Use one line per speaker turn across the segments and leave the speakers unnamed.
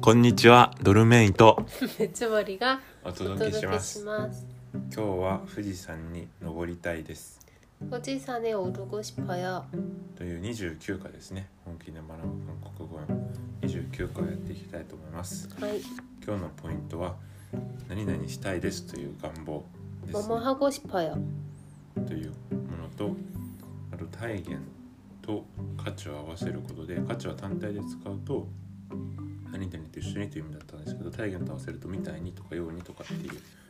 こんにちはドルメインと
めつぼりが
お
お
届
届
けしま
け
す
します。
今日は富士山に登りたいです
호지산에 오르고 싶어요.
という29課ですね本気で学ぶ韓国語の29課をやっていきたいと思います
하이.
今日のポイントは何々したいですという願望です
뭐뭐 하고 싶어요.
というものとあと体現と価値を合わせることで価値は単体で使うと何々と一緒にという意味だったんですけど体現と合わせるとみたいにとかようにとかって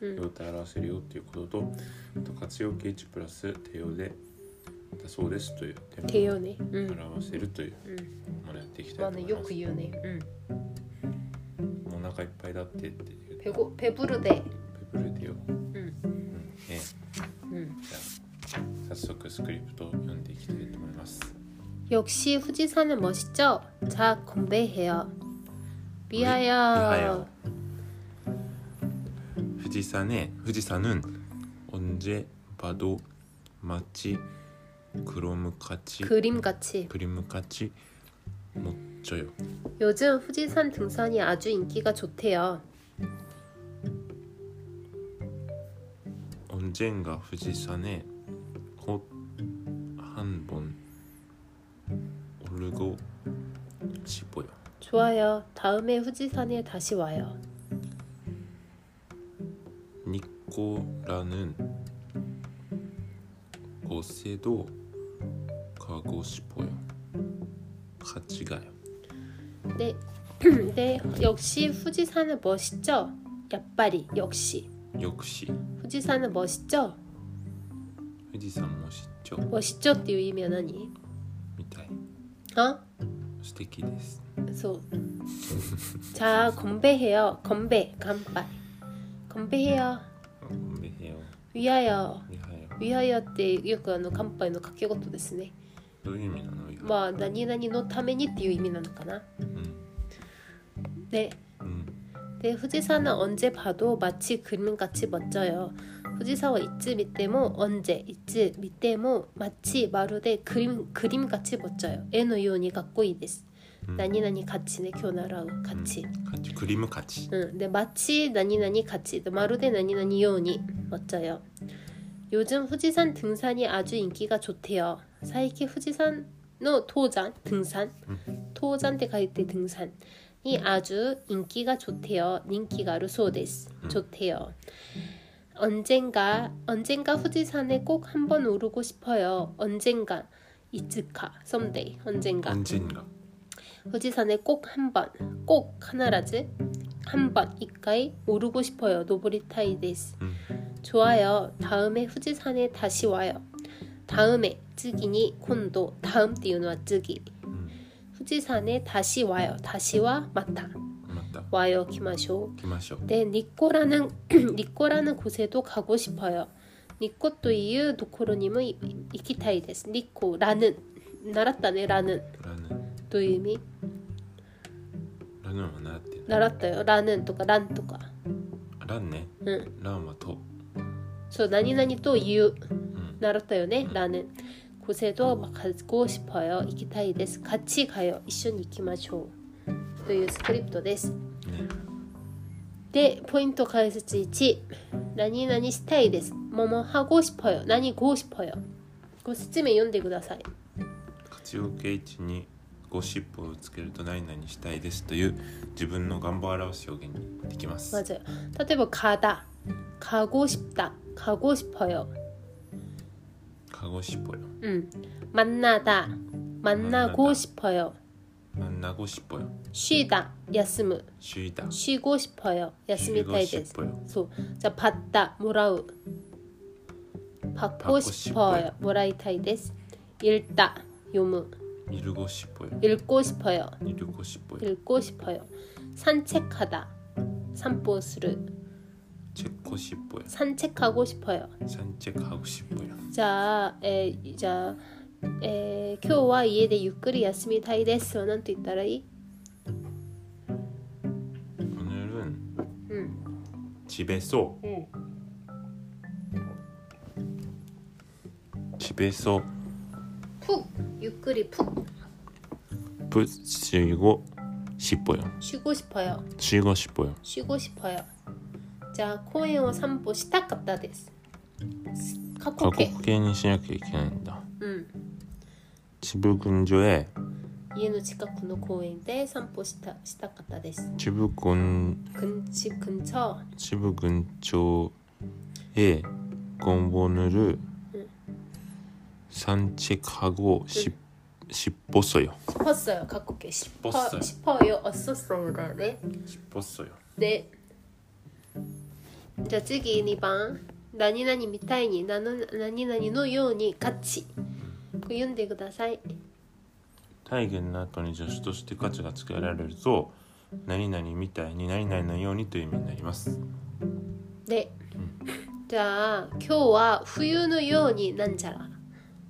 いう様
음.
態を表せるよっていうこととあと活用形値プラス手用でだそうですという手を
대연해. 음.
表せるという
음.
ものをやっていきたいと思
나는
いま
욕
す
이연해 음.
お腹いっぱいだってっていう
배고 배부르대.
ペブルディオ、
음.
うんね
음.
じゃあ早速スクリプトを読んでいきたいと思います。
역시 후지산은 멋있죠. 자 공배해요. 미아야.
미하여. 부지산에 부지산은 언제 봐도 마치 그림같이
그림같이.
그림같이 멋져요.
요즘 후지산 등산이 아주 인기가 좋대요.
언젠가 부지산에 곧 한 번 오르고 싶어요.
좋아요. 다음에 후지산에 다시 와요.
니꼬라는 곳에도 가고 싶어요. 같이 가요.
네. 네. 역시 후지산은 멋있죠. 야빨이 역시
역시
후지산은 멋있죠.
후지산 멋있죠?
멋있죠. っていう意味は何
みたい。
あ
素敵です。
そう자건배해요건배乾杯건배해요
ごめんよ。
위하여
いはよ。
위하여ってよくあの乾杯の掛け事ですね
どういう意味なのよ。
まあ何々のためにっていう意味なのかな
うん。
で
うん。
で富士山は언제봐도마치그림같이멋져요富士山はいつ見ても언제いつ見ても마치まるで그림그림같이멋져요絵のようにかっこいいです
うん
何々같이네今日習う같이
価値クリーム価値。
응, 근데 마치 나니나니 같이, 마루데 나니나니 요니 멋져요. 요즘 후지산 등산이 아주 인기가 좋대요. 사이키 후지산 노 도장 등산 도장 때갈때 등산이 아주 인기가 좋대요. 인기가 루소데스
음.
좋대요. 언젠가 언젠가 후지산에 꼭 한번 오르고 싶어요. 언젠가 이츠카 someday 언젠가
恩人が。
후지산에 꼭 한 번, 꼭 하나라지 한 번, 이까이 오르고 싶어요. 노보리타이 데스.
うん。
좋아요. 다음에 후지산에 다시 와요. 다음에 쯔기니 콘도 다음 띠우노와 쯔기
うん。
후지산에 다시 와요. 다시와 맞다.
また
와요 키마쇼.
来ましょう。
네, 니꼬라는 니꼬라는 곳에도 가고 싶어요. 니꼬또 이유 도코로님은 이- 이키타이 데스. 니꼬라는 날았다네 라는
ラヌン。
또 의미
ラヌンは習ってない。
날았다요. 라는 또가 란 또가
ランね。
응.
ランはと。
そう何々と言う
うん。
習ったよねラーメン고세도막가고싶어요行きたいです같이가요一緒に行きましょうというスクリプトです
ね。
でポイント解説1何々したいですももはごしぽよ何ごしぽよご説明読んでください
活用形値にゴシップをつけると何々したいですという自分の願望を表す表現にできます。
맞아요例えば가다가고싶다가고싶어요
カゴシッポよ。
음만나다만나고싶어요
あんなゴシッポよ。
쉬다休む
シュイダ。
쉬고 싶어요. 야스미
쉬고
타이데스.
싶어요.
소. 자, 받다. 모라우. 받고
받고
싶어요.
싶어요.
모라이 타이데스. 읽다. 요무.
イルゴシッポよ。
읽고 싶어요.
イルゴシッポよ。
읽고 싶어요. 산책하다. 산보스르.
チェッコシッポよ。
산책하고 싶어요.
サンチェックハグシッポよ。
자, 에, 자, 에, 今日は 이에데 유끄리 야스미 타이데스. 원한 어, 또 있다라 이.
오늘은
응.
집에서
응.
집에서
푹. 유끄리 푹.
부시고 싶어요.
쉬고 싶어요.
쉬고 싶어요.
쉬고 싶어요. 자, 코에오 산보 시타깝다 데스. 카코케.
가곡행위 신약해 이케나인다.
음.
지부 근조에
이에노 치카쿠노 고엔데 산보 시타 시타깝다 데스.
지부 근
근집 근처
지부 근조에 공원을 산책하고 싶 싶었어요.
싶었어요. 카코케. 싶어
싶었어요.
싶어요. 없었어요. 네.
싶었어요.
네. 자,次2番何々みたいになの何々のように勝ち。これ読んでください。
体現の後に助手として価値がつけられると何々みたいに何々のようにという意味になります
で、じゃあ今日は冬のようになんちゃら。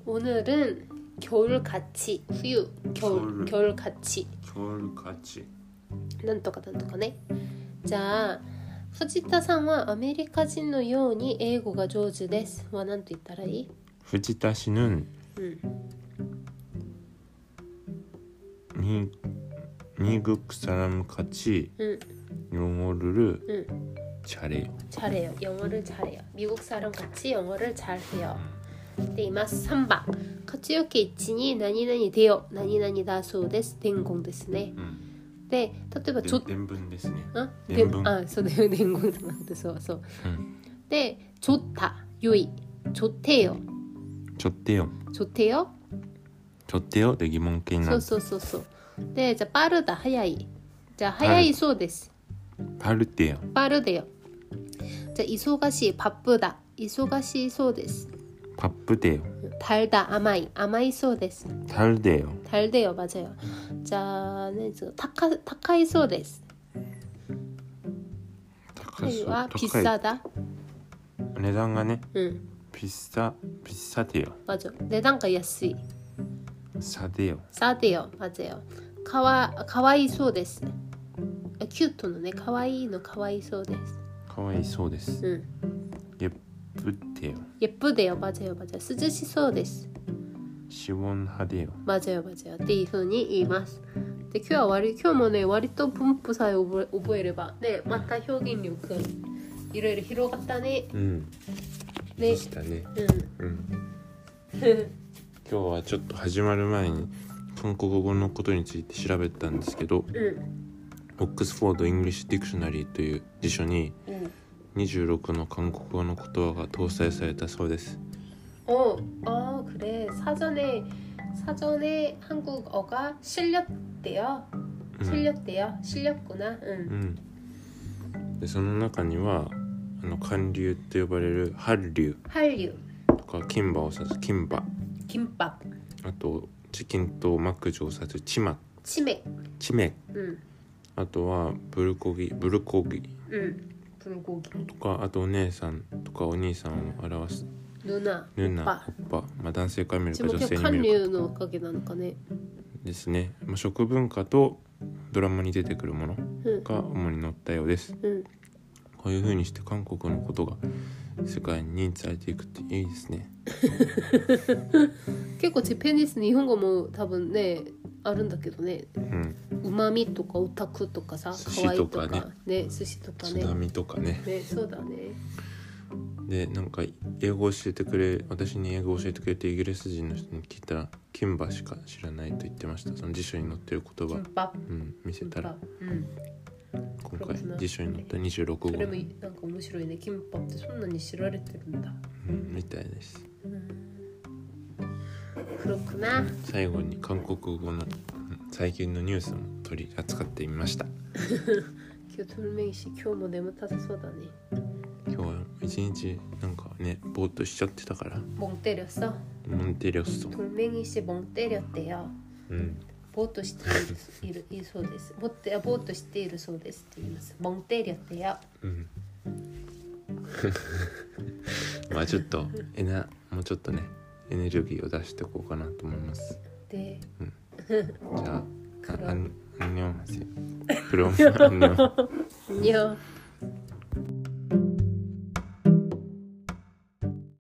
오늘은겨울같이冬겨울
겨울.
겨울같이
겨울 같이
なんとかなんとかね。じゃあ藤田さんはアメリカ人のように英語が上手です。はなんと言ったらいい？
후지타 씨는
うん。
미, 미국 사람 같이
うん
영어를
응.
잘해요
잘해요. 영어를 잘해요. 미국 사람 같이 영어를 잘해요. 네, 이마스 3번. 카츠요키 이치니 나니나니 데요. 나니나니 다소 데스 댕공 데스네.
음.
네, 例えば 조...
분ですね
어?
덴붕.
아, 소대요 댕공 데서 서.
응.
네, 좋다. 요이. 좋대요.
좋대요
좋대요?
좋대요 내 기본게임은
소소소소. 네, 자 빠르다. 하야이. 자, 하야이 소 데스.
바르대요
빠르대요. 자, 이소가시 바쁘다. 이소가시 소 데스.
바쁘대요
달다. 아마이. 아마이 소 데스.
달대요
달대요, 맞아요. 자, 네, 저 타카 타카이소 데스. 타카이와 비싸다.
내장간에
응,
비싸 비싸대요
맞아. 내단가 야스이.
싸대요
싸대요, 맞아요. 카와 카와이소 데스. 아, 큐토노네. 카와이노 카와이소 데스.
가와이소 데스
응.
예쁘대요
예쁘대요, 맞아요, 맞아요. 스즈시소 데스.
시원하대요
맞아요, 맞아요. 데이소니 이마스. 근데 큐와 와리 큐모네 와리 또 분부사에 오보 오보에레바. 네, 맞다 효긴류크. 이래를 히로갔다네.
음
네,
たね
응.
うん今日はちょっと始まる前に韓国語のことについて調べたんですけど
응.
オックスフォード・イングリッシュ・ディクショナリーという辞書に
응.
26の韓国語の言葉が搭載されたそうです。
어, 아 그래 사전에 사전에 한국어가 실렸대요.
うん
실렸대요. 실렸구나.
う
응.
ん、でその中にはあの韓流と呼ばれる韓流
한류,
とか金馬を指す金馬
김밥,
あとチキンとマックジを指すチマ
치맥.
チメ
응.
あとはブルコギブルコギ
응. 불고기.
とかあとお姉さんとかお兄さんを表す
누나.
ヌナ、
오빠.
オッパ、まあ、男性から見るか
지금
女性に見るか
한류의 가게 나니까네.
ですね、まあ、食文化とドラマに出てくるもの
응.
が主に載ったようです
응.
こういうふうにして韓国のことが世界に伝えていくっていいですね
그리고 재패니스는 일본어 뭐 답은 네. 아른다けどね.
うん
우마미 とか 오타쿠 とかさ,
스시
카와이 とか
とかね。
네, 스시 とか
津
ね.
波とかね
네, そうだね.
でなんか英語教えてくれ私に英語教えてくれてイギリス人の人に聞いたら「キンバ」しか知らないと言ってましたその辞書に載ってる言葉、
김밥.
うん、見せたら
김밥. 응.
今
그렇구나
回辞書に載った26号、
그러면 뭔가 面白いね. 김밥도 손난이 싫어할 때 된다.
うん、みたいです
그렇구나.
最後に韓国語のうん最近のニュースも取り扱ってみました
겨돌멩이 씨, 겨뭐 내면 타서 쏟아네.
今日は一日なんかねぼーっとしちゃってたから
멍 때렸어?
モンテリオスと
돌멩이 씨멍 때렸대요.
うん
ぼーっとしているいるそうです。ぼってあぼーっとしているそうですって言います。멍 때렸대요.
うん まあちょっとえなもうちょっとねエネルギーを出していこうかなと思います
네.
じゃああ
黒
あんあんにょんはせクロムあんにょん
안녕.